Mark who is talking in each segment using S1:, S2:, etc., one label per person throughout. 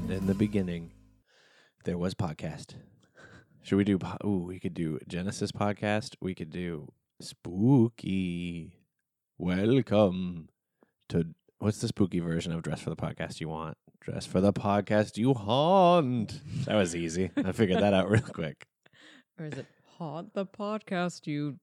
S1: beginning, there was podcast. Should we do? po- Ooh, we could do Genesis podcast. We could do spooky. Welcome to what's the spooky version of dress for the podcast you want? Dress for the podcast you haunt. That was easy. I figured that out real quick.
S2: Or is it haunt the podcast you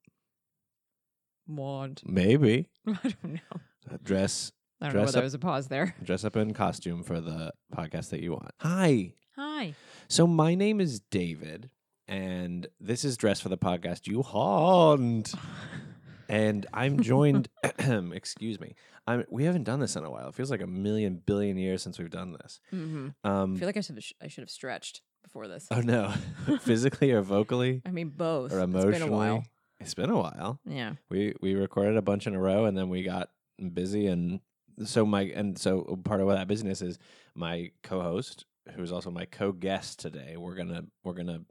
S2: want?
S1: Maybe uh,
S2: I don't know.
S1: dress
S2: I don't know
S1: Dress
S2: whether there
S1: up.
S2: was a pause there.
S1: dress up in costume for the podcast that you want. Hi,
S2: Hi.
S1: So my name is David, and this is Dress for the Podcast You Haunt. And I'm joined excuse me. I'm we haven't done this in a while. It feels like a million billion years since we've done this.
S2: hmm I
S1: Um
S2: feel like I should have sh- I should have stretched before this.
S1: oh no. Physically or vocally
S2: I mean both.
S1: or
S2: It's
S1: emotionally.
S2: been a while.
S1: It's been a while.
S2: Yeah.
S1: We we recorded a bunch in a row and then we got busy and so my and so part of that business is my co-host who is also my co-guest today. We're going to we're going to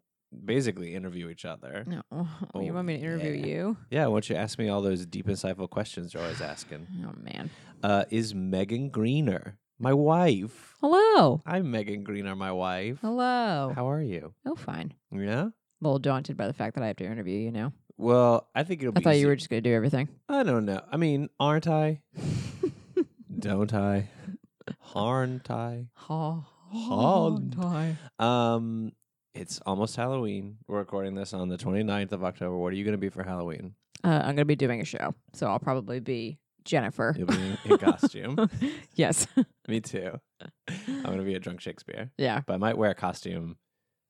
S1: basically interview each other.
S2: No.
S1: Oh,
S2: you want me to interview
S1: yeah.
S2: you?
S1: Yeah, I want you to ask me all those deep, insightful questions you're always asking.
S2: Oh man.
S1: Uh, is Megan Greener my wife?
S2: Hello.
S1: I'm Megan Greener, my wife.
S2: Oh. Hello.
S1: How are you?
S2: oh, fine.
S1: Yeah.
S2: A little daunted by the fact that I have to interview you now.
S1: Well, I think it'll
S2: I
S1: be.
S2: thought
S1: easy-
S2: you were just going to do everything.
S1: I don't know. I mean, aren't I? don't I? Aren't I?
S2: Ha.
S1: Haunt.
S2: Haunt.
S1: Um, it's almost Halloween. We're recording this on the 29th of October. What are you going to be for Halloween?
S2: Uh, I'm going to be doing a show, so I'll probably be Jennifer.
S1: You'll be in, in costume.
S2: yes.
S1: Me too. I'm going to be a drunk Shakespeare.
S2: yeah.
S1: but I might wear a costume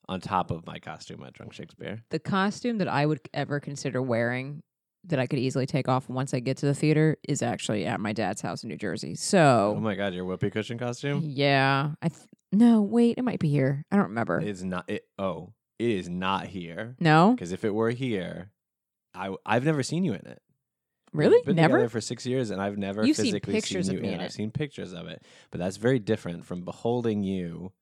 S1: on top of my costume at Drunk Shakespeare.
S2: the costume that I would ever consider wearing that I could easily take off once I get to the theater is actually at my dad's house in New Jersey.
S1: Oh,
S2: So,
S1: my god, your whoopee cushion costume?
S2: yeah, I th- no, wait, it might be here. I don't remember.
S1: It's not it oh, it is not here.
S2: no,
S1: Cuz if it were here, I w- I've never seen you in it. We've
S2: really,
S1: been
S2: never.
S1: together for 6 years and I've never
S2: You've seen
S1: physically
S2: pictures
S1: seen
S2: of
S1: you
S2: me
S1: in
S2: in
S1: it. I've
S2: it.
S1: seen pictures of it, but that's very different from beholding you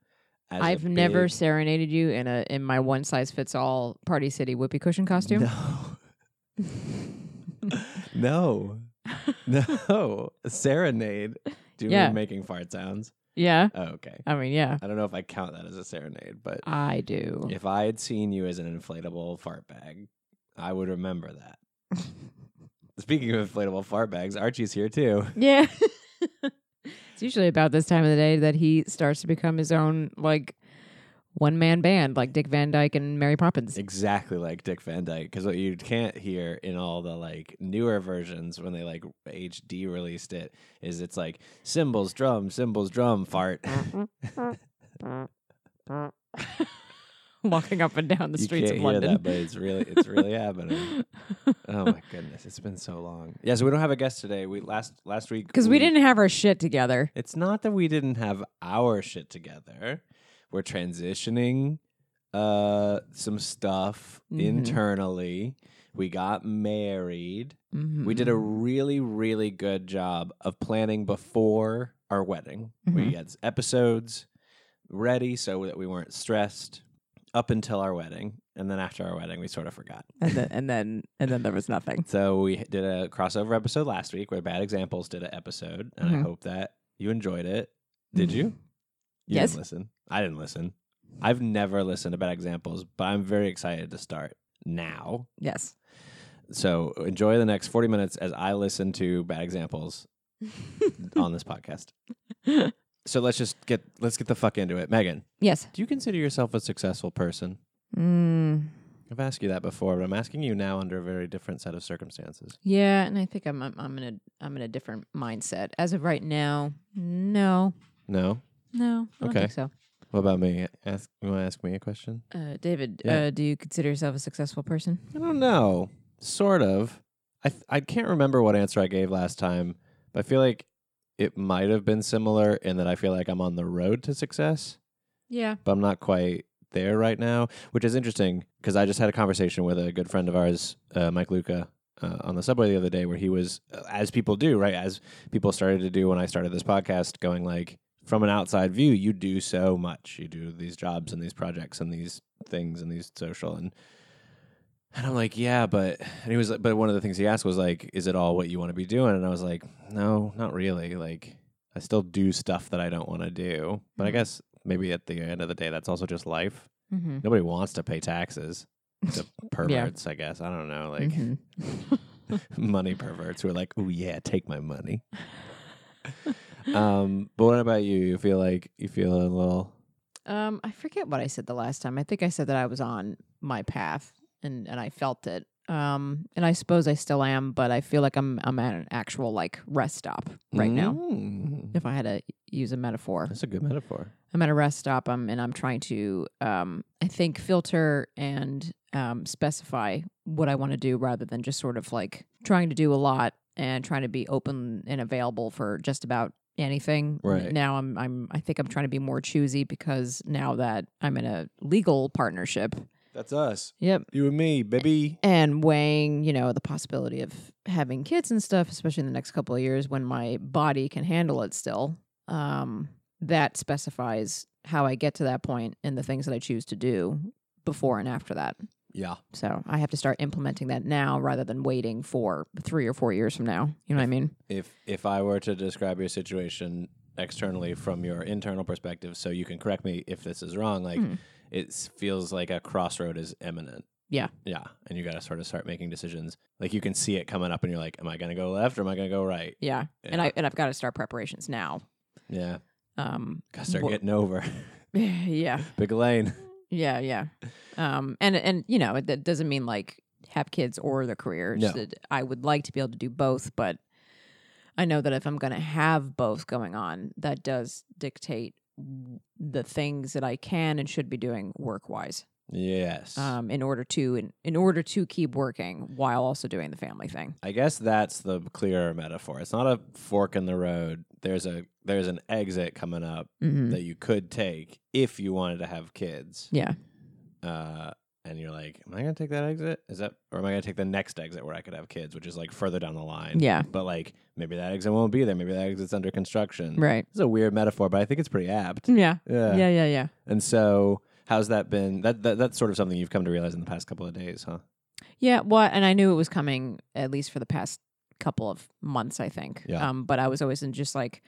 S1: as a
S2: I've never
S1: big-
S2: serenaded you in a in my one size fits all Party City whoopee cushion costume.
S1: No. no. No. Serenade. Do you
S2: Yeah. Uh
S1: mean making fart sounds?
S2: yeah,
S1: Oh, okay.
S2: I mean, yeah,
S1: I don't know if I count that as a serenade, but
S2: I do.
S1: if I had seen you as an inflatable fart bag, I would remember that. Speaking of inflatable fart bags, Archie's here too.
S2: Yeah. it's usually about this time of the day that he starts to become his own like one man band, like Dick Van Dyke and Mary Poppins.
S1: Exactly like Dick Van Dyke, because what you can't hear in all the like newer versions when they like HD released it is it's like cymbals, drum, cymbals, drum, fart.
S2: Mm-hmm. Walking up and down the
S1: you
S2: streets
S1: can't
S2: of
S1: hear
S2: London.
S1: that, but it's really it's really happening. Oh my goodness, it's been so long. Yeah, so we don't have a guest today. We last last week
S2: Because we didn't have our shit together.
S1: It's not that we didn't have our shit together. We're transitioning uh some stuff
S2: Mhm.
S1: internally. We got married. We did a
S2: Mhm.
S1: really really good job of planning before our wedding. We had s- episodes ready so that we weren't stressed up until our wedding and then after our wedding we sort of forgot.
S2: and then and then and then there was nothing.
S1: So we h- did a crossover episode last week where Bad Examples did an episode, and I
S2: Mhm.
S1: hope that you enjoyed it. Did you? you
S2: Yes.
S1: Didn't listen. I didn't listen. I've never listened to Bad Examples, but I'm very excited to start now.
S2: Yes.
S1: So enjoy the next 40 minutes as I listen to Bad Examples on this podcast. So let's just get let's get the fuck into it. Megan,
S2: yes.
S1: do you consider yourself a successful person?
S2: Mm,
S1: I've asked you that before, but I'm asking you now under a very different set of circumstances.
S2: yeah, and I think I'm, I'm I'm in a I'm in a different mindset as of right now. No,
S1: No?
S2: no, I don't
S1: Okay.
S2: think so.
S1: What about me? Ask you want to ask me a question?
S2: Uh, David,
S1: Yeah.
S2: uh, do you consider yourself a successful person?
S1: I don't know. Sort of. I th- I can't remember what answer I gave last time, but I feel like it might have been similar in that I feel like I'm on the road to success,
S2: Yeah.
S1: but I'm not quite there right now, which is interesting because I just had a conversation with a good friend of ours, uh, Mike Luca. Uh, on the subway the other day, where he was, uh, as people do, right? As people started to do when I started this podcast, going like, from an outside view, you do so much. You do these jobs and these projects and these things and these social and and I'm like, yeah, but and he was like, but one of the things he asked was like, is it all what you want to be doing? And I was like, no, not really. Like, I still do stuff that I don't want to do, but I
S2: Mhm.
S1: guess maybe at the end of the day, that's also just life.
S2: Mm-hmm.
S1: Nobody wants to pay taxes to perverts, I guess. I don't know, like
S2: Mm-hmm.
S1: money perverts who are like, oh, yeah, take my money. um, but what about you? You feel like you feel a little.
S2: Um, I forget what I said the last time. I think I said that I was on my path and and I felt it. Um, and I suppose I still am, but I feel like I'm I'm at an actual like rest stop right
S1: Mm-hmm.
S2: now.
S1: Mm.
S2: If I had to use a metaphor,
S1: That's a good metaphor.
S2: I'm at a rest stop. I'm and I'm trying to um I think filter and um specify what I want to do rather than just sort of like trying to do a lot and trying to be open and available for just about anything.
S1: Right.
S2: Now I'm I'm I think I'm trying to be more choosy because now that I'm in a legal partnership.
S1: That's us.
S2: Yep.
S1: You and me, baby.
S2: And weighing, you know, the possibility of having kids and stuff, especially in the next couple of years when my body can handle it still. Um, that specifies how I get to that point and the things that I choose to do before and after that.
S1: Yeah.
S2: So I have to start implementing that now rather than waiting for three or four years from now. You know what I mean?
S1: If if I were to describe your situation externally from your internal perspective, so you can correct me if this is wrong, like
S2: Hmm.
S1: it s- feels like a crossroad is imminent.
S2: Yeah.
S1: Yeah. And you got to sort of start making decisions. Like you can see it coming up and you're like, am I going to go left or am I going to go right?
S2: Yeah. And
S1: Yeah.
S2: I and I've got to start preparations now.
S1: Yeah.
S2: Um,
S1: Got to start
S2: Wha-
S1: getting over.
S2: yeah.
S1: Big lane.
S2: Yeah, yeah. Um, and and you know it- that doesn't mean like have kids or the career. It's
S1: No.
S2: that I would like to be able to do both, but I know that if I'm going to have both going on, that does dictate w- the things that I can and should be doing work wise,
S1: Yes.
S2: um, in order to in, in order to keep working while also doing the family thing.
S1: I guess that's the clearer metaphor. It's not a fork in the road. There's a there's an exit coming up
S2: Mm-hmm.
S1: that you could take if you wanted to have kids.
S2: Yeah,
S1: uh, and you're like, am I gonna take that exit? Is that, or am I gonna take the next exit where I could have kids, which is like further down the line?
S2: yeah,
S1: But like, maybe that exit won't be there. Maybe that exit's under construction.
S2: right.
S1: It's a weird metaphor, but I think it's pretty apt.
S2: Yeah,
S1: Yeah.
S2: yeah, yeah, yeah.
S1: And so, how's that been? That, that that's sort of something you've come to realize in the past couple of days, huh?
S2: Yeah, well, and I knew it was coming at least for the past couple of months, I think.
S1: Yeah.
S2: Um, but I was always in just like,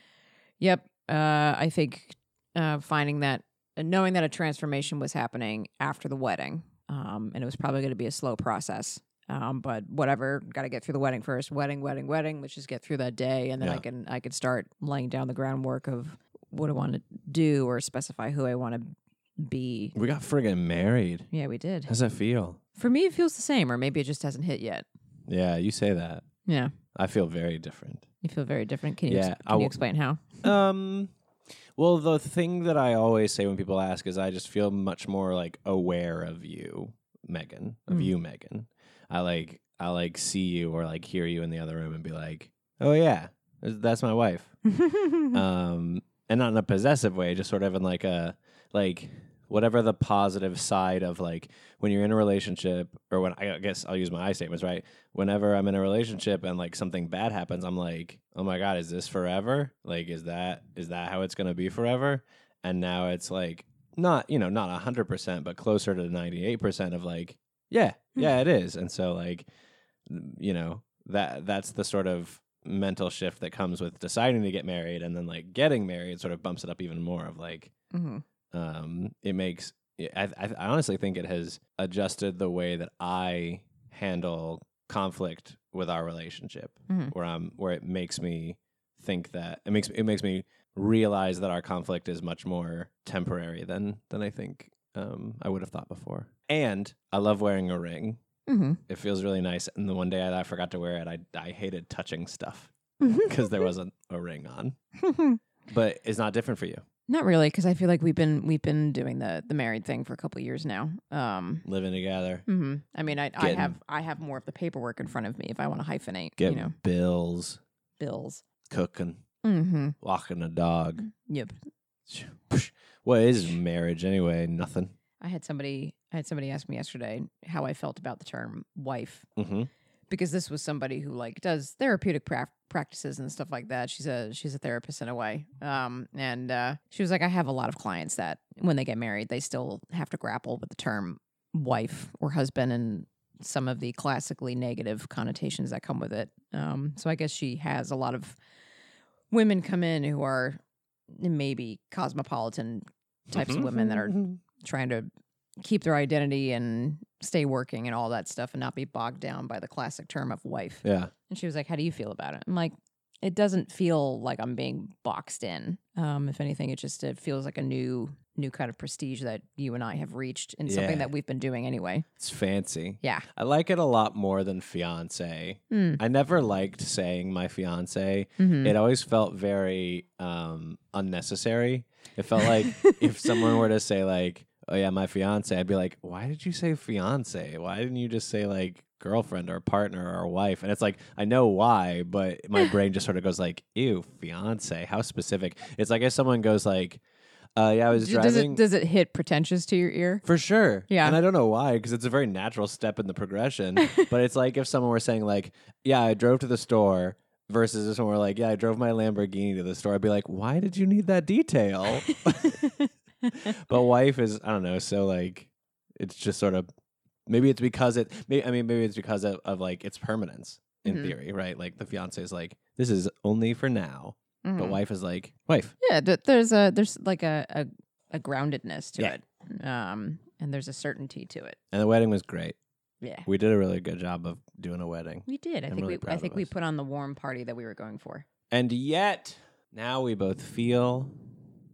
S2: yep, uh, I think uh, finding that, uh, knowing that a transformation was happening after the wedding, um, and it was probably going to be a slow process. Um, but whatever, got to get through the wedding first. Wedding, wedding, wedding. Let's just get through that day, and then I
S1: Yeah.
S2: can I could start laying down the groundwork of what I want to do or specify who I want to be.
S1: We got friggin' married.
S2: Yeah, we did.
S1: How's that feel?
S2: For me, it feels the same, or maybe it just hasn't hit yet.
S1: Yeah, you say that.
S2: Yeah.
S1: I feel very different.
S2: You feel very different. Can you,
S1: Yeah,
S2: ex-
S1: I
S2: can you
S1: will-
S2: explain how?
S1: Um, well, the thing that I always say when people ask is, I just feel much more like aware of you, Megan, of
S2: Mm.
S1: you, Megan. I like, I like see you or like hear you in the other room and be like, oh yeah, th- that's my wife.
S2: Mm-hmm.
S1: um, and not in a possessive way, just sort of in like a like whatever the positive side of like when you're in a relationship or when I guess I'll use my I statements right. Whenever I'm in a relationship and like something bad happens, I'm like, oh my god, is this forever? Like, is that is that how it's gonna be forever? And now it's like not you know not hundred percent, but closer to ninety eight percent of like yeah yeah it is. And so like you know that that's the sort of mental shift that comes with deciding to get married and then like getting married sort of bumps it up even more of like
S2: Mhm.
S1: um it makes I, I I honestly think it has adjusted the way that I handle conflict with our relationship
S2: Mhm.
S1: where I'm where it makes me think that it makes it makes me realize that our conflict is much more temporary than than I think um I would have thought before and I love wearing a ring
S2: Mm-hmm.
S1: it feels really nice. And the one day that I forgot to wear it, I, I hated touching stuff
S2: Mm-hmm.
S1: because there wasn't a ring on.
S2: Mhm.
S1: But it's not different for you.
S2: Not really, because I feel like we've been we've been doing the the married thing for a couple of years now. Um,
S1: Living together,
S2: mhm. I mean, I, I
S1: Getting-
S2: have I have more of the paperwork in front of me if I want to hyphenate.
S1: getting
S2: You know,
S1: bills,
S2: bills.
S1: cooking,
S2: Mm-hmm.
S1: walking a dog.
S2: Yep. Mm.
S1: What is marriage anyway? Nothing.
S2: I had somebody I had somebody ask me yesterday how I felt about the term wife
S1: Mm-hmm.
S2: because this was somebody who like does therapeutic pra- practices and stuff like that. She's a she's a therapist in a way, um, and uh, she was like, I have a lot of clients that when they get married, they still have to grapple with the term wife or husband and some of the classically negative connotations that come with it. Um, so I guess she has a lot of women come in who are maybe cosmopolitan types of women that are
S1: Mm-hmm.
S2: trying to keep their identity and stay working and all that stuff and not be bogged down by the classic term of wife.
S1: Yeah.
S2: And she was like, How do you feel about it? I'm like, It doesn't feel like I'm being boxed in. Um, if anything, it just it feels like a new new kind of prestige that you and I have reached and
S1: Yeah.
S2: something that we've been doing anyway.
S1: It's fancy.
S2: Yeah.
S1: I like it a lot more than fiance.
S2: Mm.
S1: I never liked saying my fiance.
S2: Mhm.
S1: It always felt very um, unnecessary. It felt like if someone were to say like, "Oh yeah, my fiance," I'd be like, "Why did you say fiance? Why didn't you just say like girlfriend or partner or wife?" And it's like I know why, but my brain just sort of goes like, "Ew, fiance. How specific?" It's like if someone goes like, uh, "Yeah, I was
S2: D-
S1: driving."
S2: does it does it hit pretentious to your ear?
S1: For sure.
S2: Yeah.
S1: And I don't know why, because it's a very natural step in the progression. but it's like if someone were saying, like, yeah, I drove to the store versus if someone were like, yeah, I drove my Lamborghini to the store, I'd be like, why did you need that detail? but wife is, I don't know, so like, it's just sort of, maybe it's because it, may, I mean, maybe it's because of, of like its permanence in
S2: Mhm.
S1: theory, right? Like the fiance is like, this is only for now. But
S2: Mhm.
S1: wife is like, wife.
S2: Yeah, th- there's a there's like a a, a groundedness to
S1: Yeah.
S2: it, um, and there's a certainty to it.
S1: And the wedding was great.
S2: Yeah,
S1: We did a really good job of doing a wedding.
S2: we did. I
S1: I'm
S2: think
S1: really
S2: we I
S1: proud
S2: think
S1: of
S2: we
S1: us.
S2: put on the warm party that we were going for.
S1: And yet, now we both feel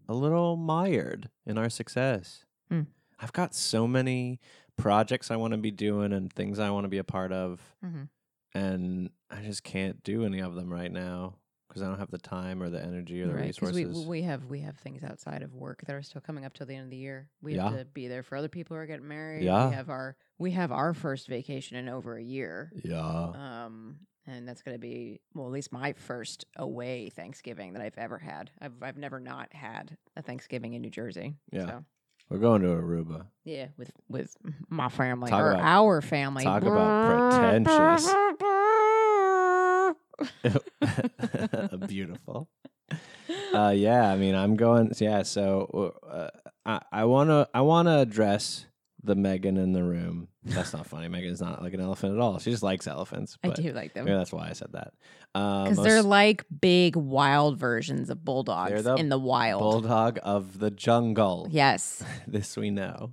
S1: a little mired in our success.
S2: Hmm.
S1: I've got so many projects I want to be doing and things I want to be a part of,
S2: Mhm.
S1: and I just can't do any of them right now because I don't have the time or the energy or the
S2: 'cause
S1: resources.
S2: we we have we have things outside of work that are still coming up till the end of the year. We have
S1: Yeah.
S2: to be there for other people who are getting married.
S1: Yeah.
S2: we have our we have our first vacation in over a year.
S1: yeah.
S2: Um, and that's going to be well, at least my first away Thanksgiving that I've ever had. I've I've never not had a Thanksgiving in New Jersey.
S1: Yeah.
S2: So.
S1: We're going to Aruba.
S2: Yeah, with with my family
S1: Talk
S2: or
S1: about-
S2: our family.
S1: Talk about pretentious. Beautiful. uh, yeah, I mean, I'm going. Yeah, so uh, I I want to I want to address the Megan in the room. That's not funny. Megan's not like an elephant at all. She just likes elephants.
S2: I
S1: But
S2: do like
S1: Maybe
S2: them
S1: that's why I said that. Um,
S2: because they're like big wild versions of bulldogs
S1: the
S2: in the wild.
S1: bulldog of the jungle.
S2: yes.
S1: this we know.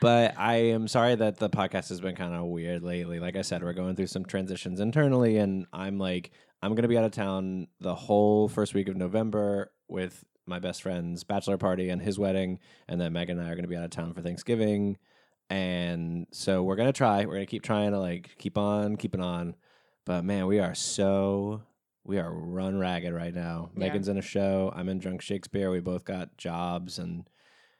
S1: but I am sorry that the podcast has been kind of weird lately. Like I said, we're going through some transitions internally, and I'm like, I'm going to be out of town the whole first week of November with my best friend's bachelor party and his wedding. And then Megan and I are going to be out of town for Thanksgiving. And so we're going to try. We're going to keep trying to like keep on keeping on. But man, we are so. We are run ragged right now.
S2: Yeah.
S1: Megan's in a show. I'm in Drunk Shakespeare. We both got jobs and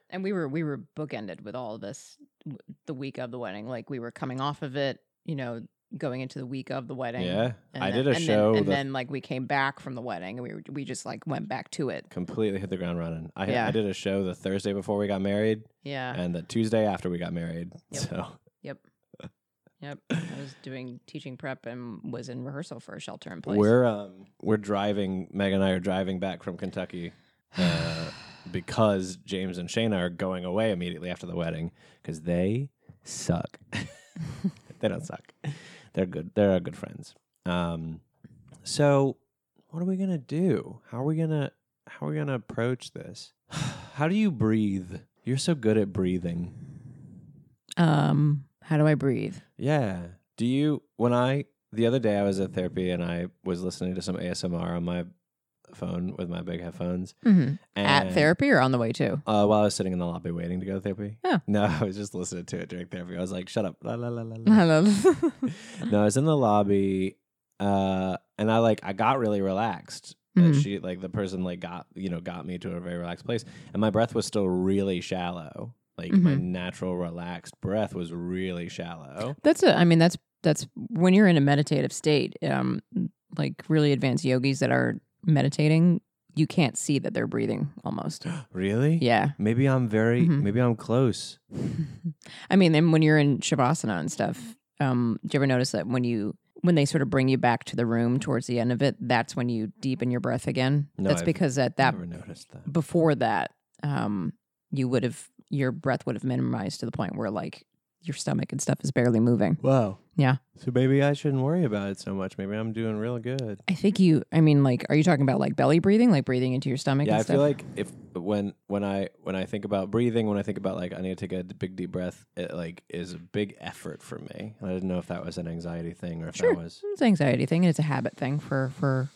S2: and we were we were bookended with all of this w- the week of the wedding. Like we were coming off of it, you know, going into the week of the wedding.
S1: Yeah,
S2: And
S1: I
S2: then-
S1: did a
S2: and
S1: show
S2: then, and
S1: that
S2: then like we came back from the wedding, and we were, we just like went back to it.
S1: completely hit the ground running. I, I
S2: Yeah.
S1: did a show the Thursday before we got married
S2: Yeah,
S1: and the Tuesday after we got married.
S2: Yep.
S1: So
S2: yep. I was doing teaching prep and was in rehearsal for a shelter in place.
S1: we're um we're driving. Meg and I are driving back from Kentucky uh, because James and Shayna are going away immediately after the wedding because they suck. they don't suck. They're good. They're uh, good friends. Um, so what are we gonna do? How are we gonna how are we gonna approach this? How do you breathe? You're so good at breathing.
S2: Um, how do I breathe?
S1: Yeah. Do you when I the other day I was at therapy and I was listening to some ASMR on my phone with my big headphones and,
S2: Mm-hmm. At therapy or on the way to?
S1: Uh, while I was sitting in the lobby waiting to go to therapy.
S2: Oh.
S1: No, I was just listening to it during therapy. I was like, "Shut up!" La, la, la, la, la.
S2: Hello.
S1: Mm. no, I was in the lobby, uh, and I like I got really relaxed. And
S2: Mhm.
S1: she like the person like got you know got me to a very relaxed place, and my breath was still really shallow. Like my
S2: Mhm.
S1: natural relaxed breath was really shallow.
S2: that's a. I mean, that's that's when you're in a meditative state. Um, like really advanced yogis that are meditating, you can't see that they're breathing. Almost.
S1: Really?
S2: Yeah.
S1: Maybe I'm very.
S2: Mhm.
S1: Maybe I'm close.
S2: I mean, then when you're in shavasana and stuff, um, do you ever notice that when you when they sort of bring you back to the room towards the end of it, that's when you deepen your breath again.
S1: No,
S2: that's
S1: I've
S2: because at that
S1: Never noticed that.
S2: before that, um, you would have your breath would have minimized to the point where like your stomach and stuff is barely moving.
S1: Wow.
S2: Yeah.
S1: So maybe I shouldn't worry about it so much. Maybe I'm doing real good.
S2: I think you. I mean, like, are you talking about like belly breathing, like breathing into your stomach?
S1: Yeah,
S2: and
S1: I
S2: stuff?
S1: feel like if when when I when I think about breathing, when I think about like I need to take a d- big deep breath, it like is a big effort for me. And I didn't know if that was an anxiety thing or if
S2: Sure.
S1: that was
S2: It's an anxiety thing and it's a habit thing for for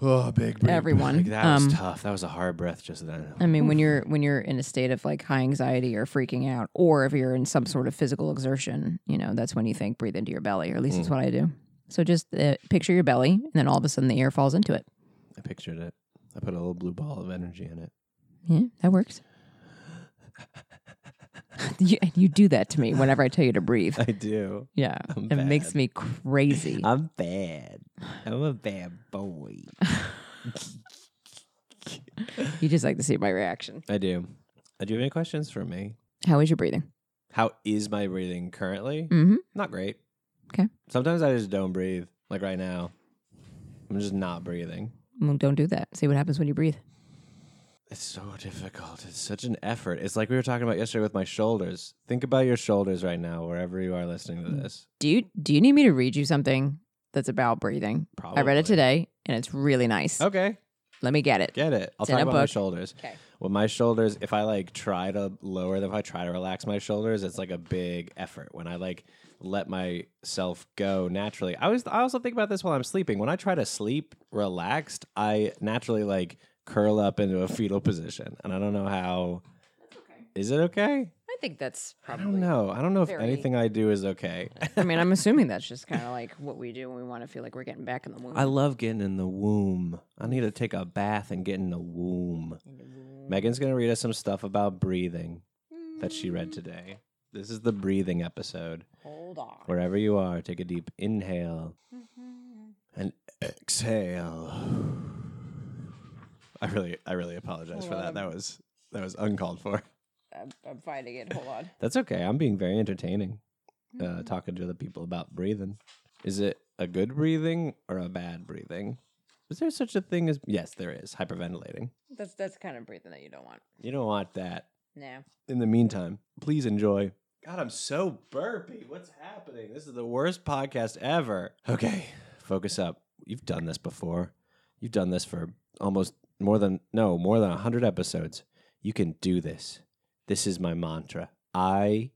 S1: oh big breath.
S2: Everyone.
S1: Like, that
S2: Um,
S1: was tough. That was a hard breath just then.
S2: I mean when you're when you're in a state of like high anxiety or freaking out or if you're in some sort of physical exertion, you know, that's when you think breathe into your belly or at least
S1: Mm.
S2: that's what I do. So just uh, picture your belly and then all of a sudden the air falls into it.
S1: I pictured it. I put a little blue ball of energy in it.
S2: Yeah, that works. you, and you do that to me whenever I tell you to breathe.
S1: I do.
S2: Yeah.
S1: I'm
S2: it
S1: bad.
S2: makes me crazy.
S1: I'm bad. I'm a bad boy.
S2: you just like to see my reaction.
S1: I do. Uh, Do you have any questions for me?
S2: How is your breathing?
S1: How is my breathing currently?
S2: Mm-hmm.
S1: Not great.
S2: Okay.
S1: Sometimes I just don't breathe. Like right now, I'm just not breathing.
S2: Well, don't do that. See what happens when you breathe.
S1: It's so difficult. It's such an effort. It's like we were talking about yesterday with my shoulders. Think about your shoulders right now, wherever you are listening
S2: Mm.
S1: to this.
S2: Do you do you need me to read you something that's about breathing?
S1: Probably. Oh.
S2: I read it today and it's really nice.
S1: Okay.
S2: Let me get it.
S1: Get it. I'll
S2: It's in
S1: talk
S2: a
S1: about my
S2: book.
S1: shoulders.
S2: Okay.
S1: Well, my shoulders, if I like try to lower them, if I try to relax my shoulders, it's like a big effort. When I like let myself go naturally, I was I also think about this while I'm sleeping. When I try to sleep relaxed, I naturally like curl up into a fetal position, and I don't know how. Is it okay?
S2: I think that's
S1: I
S2: probably
S1: don't know. I don't know if
S2: Very-
S1: anything I do is okay.
S2: I mean, I'm assuming that's just kind of like what we do when we want to feel like we're getting back in the womb.
S1: I love getting in the womb. I need to take a bath and get in the womb. Megan's going to read us some stuff about breathing that she read today. This is the breathing episode.
S2: Hold on.
S1: Wherever you are, take a deep inhale and exhale. I really I really apologize for that. That was that was uncalled for.
S2: I'm, I'm finding it. Hold on.
S1: That's okay. I'm being very entertaining uh, talking to the people about breathing. Is it a good breathing or a bad breathing? Is there such a thing as yes, there is hyperventilating.
S2: That's that's kind of breathing that you don't want.
S1: You don't want that.
S2: No.
S1: In the meantime, please enjoy. God, I'm so burpy. What's happening? This is the worst podcast ever. Okay, focus up. You've done this before. You've done this for almost more than no, more than 100 episodes. You can do this. This is my mantra. I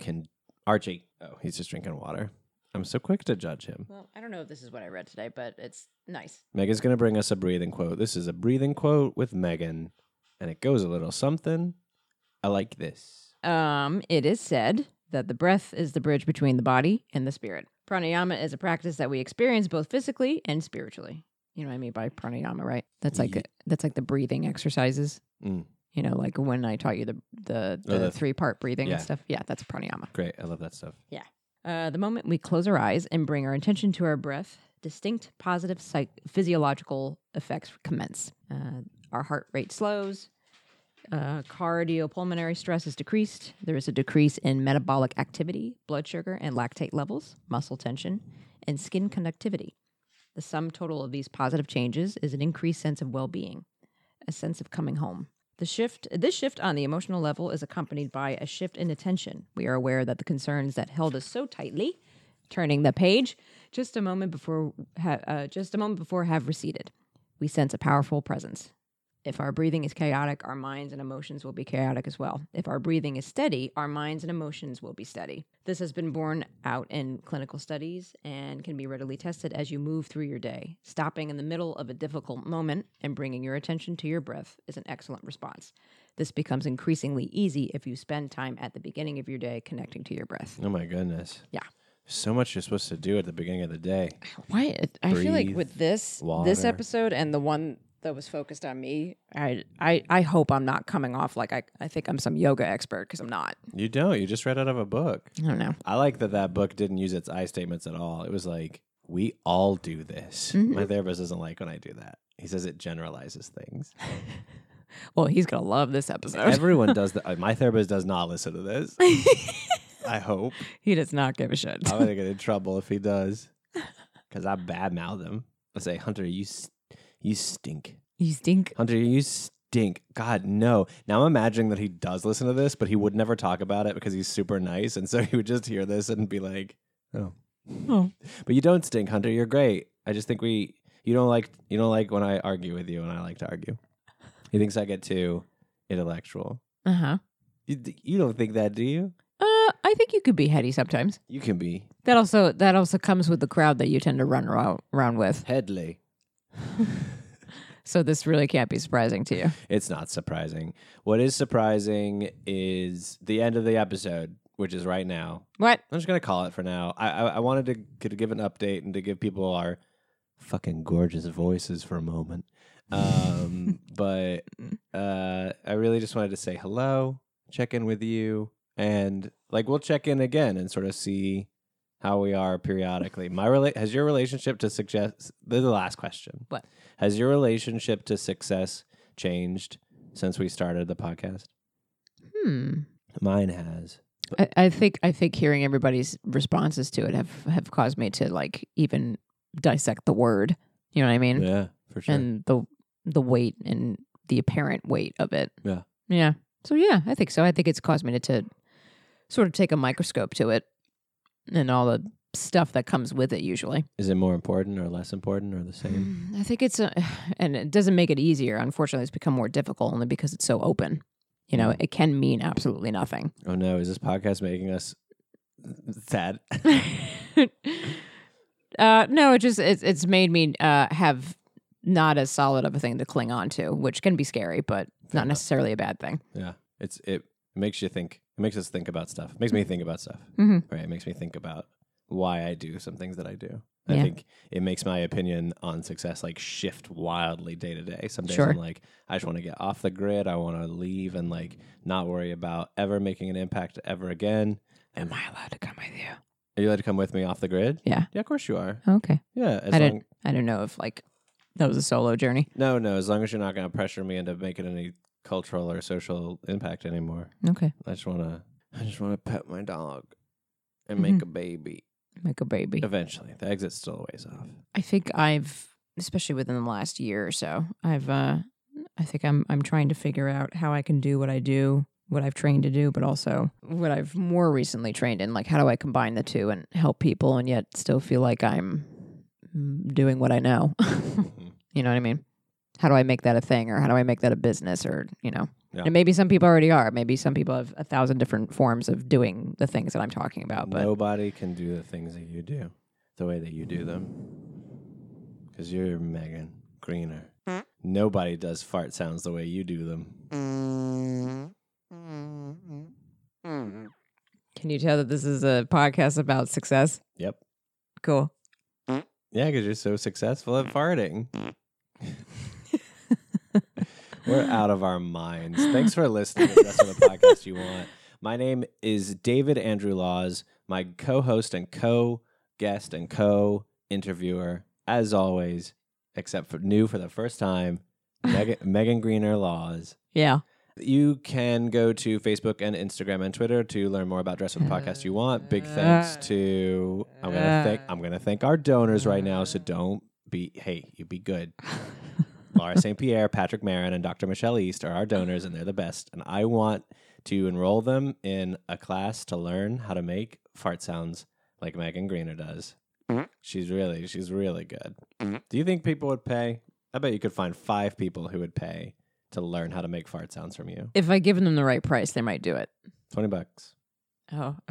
S1: can Archie. Oh, he's just drinking water. I'm so quick to judge him.
S2: Well, I don't know if this is what I read today, but it's nice.
S1: Megan's going to bring us a breathing quote. This is a breathing quote with Megan, and it goes a little something. I like this.
S2: Um, it is said that the breath is the bridge between the body and the spirit. Pranayama is a practice that we experience both physically and spiritually. You know what I mean by pranayama, right? That's like
S1: Ye-
S2: that's like the breathing exercises.
S1: Mm.
S2: You know, like when I taught you the the,
S1: Oh,
S2: the
S1: the-
S2: three part breathing
S1: yeah.
S2: and stuff. Yeah, that's pranayama.
S1: Great. I love that stuff.
S2: Uh, the moment we close our eyes and bring our attention to our breath, distinct positive psych- physiological effects commence. Uh, our heart rate slows. Uh, cardiopulmonary stress is decreased. There is a decrease in metabolic activity, blood sugar and lactate levels, muscle tension, and skin conductivity. The sum total of these positive changes is an increased sense of well being, a sense of coming home. The shift, this shift on the emotional level is accompanied by a shift in attention. We are aware that the concerns that held us so tightly, turning the page, just a moment before, ha- uh, just a moment before, have receded. We sense a powerful presence. If our breathing is chaotic, our minds and emotions will be chaotic as well. If our breathing is steady, our minds and emotions will be steady. This has been borne out in clinical studies and can be readily tested as you move through your day. Stopping in the middle of a difficult moment and bringing your attention to your breath is an excellent response. This becomes increasingly easy if you spend time at the beginning of your day connecting to your breath.
S1: Oh my goodness.
S2: Yeah.
S1: So much you're supposed to do at the beginning of the day.
S2: Why I feel like
S1: Breathe,
S2: with this this
S1: water.
S2: episode and the one that was focused on me, I I, I hope I'm not coming off like I, I think I'm some yoga expert because I'm not.
S1: You don't. You just read out of a book.
S2: I don't know.
S1: I like that that book didn't use its I statements at all. It was like, we all do this. My therapist doesn't like when I do that. He says it generalizes things.
S2: Well, he's gonna love this episode.
S1: Everyone does that. Uh, My therapist does not listen to this. I hope.
S2: he does not give a shit.
S1: I'm going to get in trouble if he does because I badmouth him. I say, Hunter, you, st- you stink.
S2: You stink.
S1: Hunter, you stink. God, no. Now I'm imagining that he does listen to this, but he would never talk about it because he's super nice. And so he would just hear this and be like, oh.
S2: Oh.
S1: But you don't stink, Hunter. You're great. I just think we, you don't like, you don't like when I argue with you and I like to argue. He thinks I get too intellectual.
S2: Uh huh.
S1: You, you don't think that, do you?
S2: Uh, I think you could be heady sometimes.
S1: You can be
S2: That also that also comes with the crowd that you tend to run around, around with.
S1: Headley.
S2: So this really can't be surprising to you.
S1: It's not surprising. What is surprising is the end of the episode, which is right now.
S2: What?
S1: I'm just gonna call it for now. I I, I wanted to, g- to give an update and to give people our fucking gorgeous voices for a moment. Um, but uh, I really just wanted to say hello, check in with you, and like we'll check in again and sort of see how we are periodically. My rela- has your relationship to success. This is the last question.
S2: What?
S1: has your relationship to success changed since we started the podcast?
S2: Hmm.
S1: Mine has.
S2: I, I think I think hearing everybody's responses to it have have caused me to like even dissect the word. You know what I mean?
S1: Yeah, for sure.
S2: And the the weight and the apparent weight of it.
S1: Yeah.
S2: Yeah. So yeah, I think so. I think it's caused me to, to sort of take a microscope to it and all the stuff that comes with it usually. Mm,
S1: is it more important or less important or the same?
S2: I think it's a, and it doesn't make it easier. Unfortunately, it's become more difficult only because it's so open. You
S1: Mm.
S2: know, it can mean absolutely nothing.
S1: Oh no, is this podcast making us sad?
S2: uh, no, it just it's it's made me uh, have not as solid of a thing to cling on to, which can be scary, but not necessarily a bad thing.
S1: yeah. It's it makes you think. It makes us think about stuff. It makes me think about stuff.
S2: Mhm.
S1: Right. It makes me think about why I do some things that I do. I
S2: Yeah.
S1: think it makes my opinion on success like shift wildly day to day. Some days
S2: Sure.
S1: I'm like, I just want to get off the grid. I want to leave and like not worry about ever making an impact ever again.
S2: Am I allowed to come with you?
S1: Are you allowed to come with me off the grid?
S2: Yeah.
S1: Yeah, of course you are.
S2: Okay.
S1: Yeah. As
S2: I
S1: long,
S2: didn't. I don't know if like that was a solo journey.
S1: No, no. As long as you're not going to pressure me into making any cultural or social impact anymore,
S2: Okay.
S1: I just want to. I just want to pet my dog and make a baby.
S2: Like a baby.
S1: Eventually, the exit's still a ways off.
S2: I think I've, especially within the last year or so, I've, uh, I think I'm, I'm trying to figure out how I can do what I do, what I've trained to do, but also what I've more recently trained in. Like, how do I combine the two and help people and yet still feel like I'm mm, doing what I know? you know what I mean? How do I make that a thing or how do I make that a business or, you know?
S1: Yeah.
S2: And maybe some people already are. Maybe some people have a thousand different forms of doing the things that I'm talking about. But
S1: Nobody can do the things that you do the way that you do them, because you're Megan Greener. Nobody does fart sounds the way you do them.
S2: can you tell that this is a podcast about success?
S1: Yep.
S2: Cool.
S1: Yeah, because you're so successful at farting. We're out of our minds. Thanks for listening. If that's what a podcast you want. My name is David Andrew Laws, my co host and co guest and co interviewer, as always, except for new for the first time, Megan, Megan Greener Laws.
S2: Yeah.
S1: You can go to Facebook and Instagram and Twitter to learn more about Dress Up the Podcast You Want. Big thanks to I'm gonna thank I'm gonna thank our donors right now. So don't be hey, you be good. Laura St. Pierre, Patrick Marin, and Dr. Michelle East are our donors and they're the best. And I want to enroll them in a class to learn how to make fart sounds like Megan Greener does. She's really, she's really good. Do you think people would pay? I bet you could find five people who would pay to learn how to make fart sounds from you.
S2: If I give them the right price, they might do it.
S1: 20 bucks.
S2: Oh,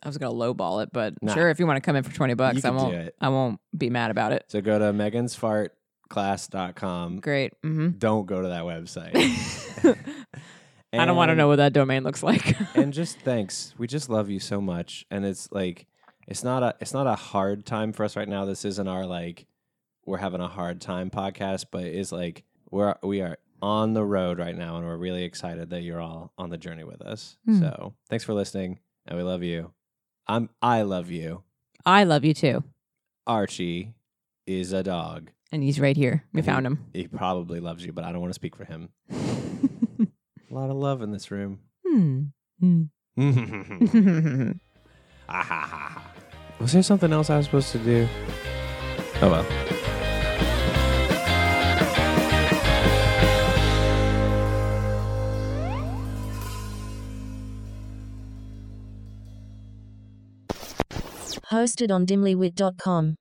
S2: I was gonna lowball it, but
S1: Nah.
S2: sure, if you want to come in for twenty
S1: You
S2: bucks, I
S1: can do
S2: won't.
S1: it.
S2: I won't be mad about it.
S1: So go to megansfartclass.com.
S2: Great. hmm
S1: Don't go to that website.
S2: I don't want to
S1: And-
S2: know what that domain looks like.
S1: and just thanks. We just love you so much. And it's like it's not a it's not a hard time for us right now. This isn't our like we're having a hard time podcast, but it's like we're we are on the road right now and we're really excited that you're all on the journey with us.
S2: Hmm.
S1: So thanks for listening and we love you. I'm I love you.
S2: I love you too,
S1: Archie is a dog.
S2: and he's right here. We found him.
S1: He probably loves you, but I don't want to speak for him. A lot of love in this room.
S2: Hmm.
S1: Was there something else I was supposed to do? Oh well.
S3: hosted on dimlywit.com.